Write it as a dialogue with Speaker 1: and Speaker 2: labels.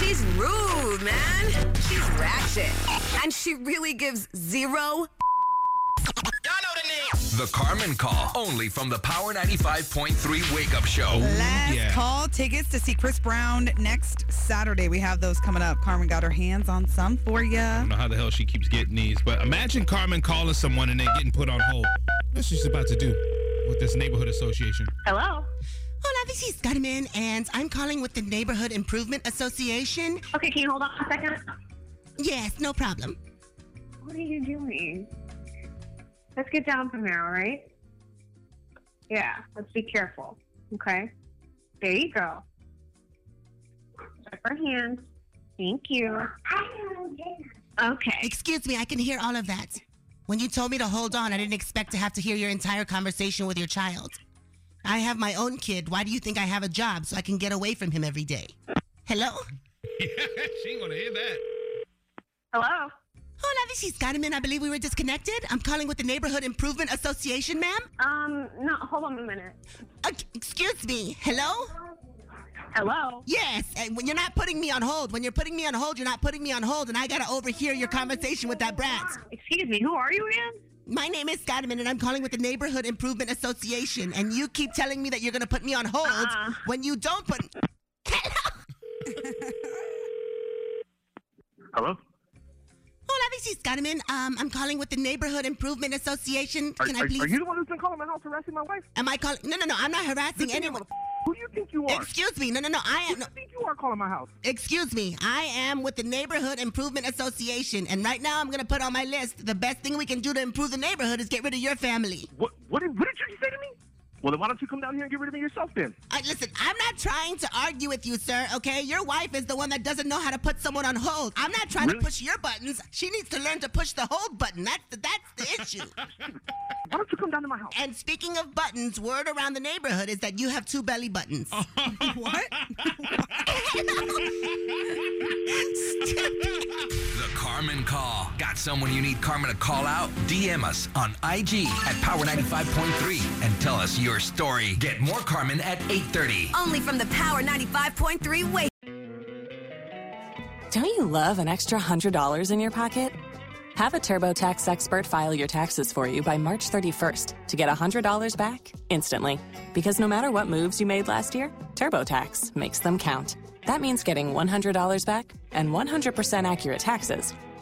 Speaker 1: She's rude, man. She's ratchet. And she really gives zero.
Speaker 2: The Carmen Call, only from the Power 95.3 Wake Up Show.
Speaker 3: Let's call tickets to see Chris Brown next Saturday. We have those coming up. Carmen got her hands on some for
Speaker 4: I
Speaker 3: you.
Speaker 4: don't know how the hell she keeps getting these, but imagine Carmen calling someone and then getting put on hold. That's what she's about to do with this neighborhood association.
Speaker 5: Hello.
Speaker 6: Hola, this is Carmen, and I'm calling with the Neighborhood Improvement Association.
Speaker 5: Okay, can you hold on a second?
Speaker 6: Yes, no problem.
Speaker 5: What are you doing? Let's get down from there, all right? Yeah, let's be careful. Okay. There you go. Check our hands. Thank you. Okay.
Speaker 6: Excuse me, I can hear all of that. When you told me to hold on, I didn't expect to have to hear your entire conversation with your child. I have my own kid. Why do you think I have a job so I can get away from him every day? Hello?
Speaker 4: she ain't gonna hear that.
Speaker 5: Hello.
Speaker 6: Hola, this is Carmen. I believe we were disconnected. I'm calling with the Neighborhood Improvement Association, ma'am.
Speaker 5: Um, no, hold on a minute.
Speaker 6: Uh, excuse me. Hello?
Speaker 5: Hello.
Speaker 6: Yes, and when you're not putting me on hold, when you're putting me on hold, you're not putting me on hold, and I gotta overhear your conversation with that brat.
Speaker 5: Excuse me, who are you again?
Speaker 6: My name is Scottiman, and I'm calling with the Neighborhood Improvement Association, and you keep telling me that you're gonna put me on hold
Speaker 5: Uh-uh.
Speaker 6: when you don't put. Hello?
Speaker 7: Hello?
Speaker 6: Hola, this is Scottiman. Um, I'm calling with the Neighborhood Improvement Association.
Speaker 7: Are,
Speaker 6: Can I
Speaker 7: are-
Speaker 6: please?
Speaker 7: are you the one who's been calling my house harassing my wife?
Speaker 6: Am I calling? No, no, no. I'm not harassing anyone.
Speaker 7: Who do you think you are?
Speaker 6: Excuse me. No, no, no. I am.
Speaker 7: Who do
Speaker 6: No,
Speaker 7: you think you are calling my house?
Speaker 6: excuse me. I am with the Neighborhood Improvement Association, and right now I'm gonna put on my list the best thing we can do to improve the neighborhood is get rid of your family.
Speaker 7: What, what, did, what did you say to me? Well, then why don't you come down here and get rid of me yourself then?
Speaker 6: I, listen, I'm not trying to argue with you, sir, okay? Your wife is the one that doesn't know how to put someone on hold. I'm not trying
Speaker 7: Really?
Speaker 6: to push your buttons. She needs to learn to push the hold button. That's the, that's the issue.
Speaker 7: Why don't you come down to my house?
Speaker 6: and speaking of buttons, word around the neighborhood is that you have two belly buttons.
Speaker 3: What?
Speaker 2: The Carmen Call. Got someone you need Carmen to call out? DM us on IG at Power 95.3 and tell us your story. Get more Carmen at 8.30.
Speaker 1: Only from the Power 95.3 Wake.
Speaker 8: Don't you love an extra $100 in your pocket? Have a TurboTax expert file your taxes for you by March 31st to get $100 back instantly. Because no matter what moves you made last year, TurboTax makes them count. That means getting $100 back and 100% accurate taxes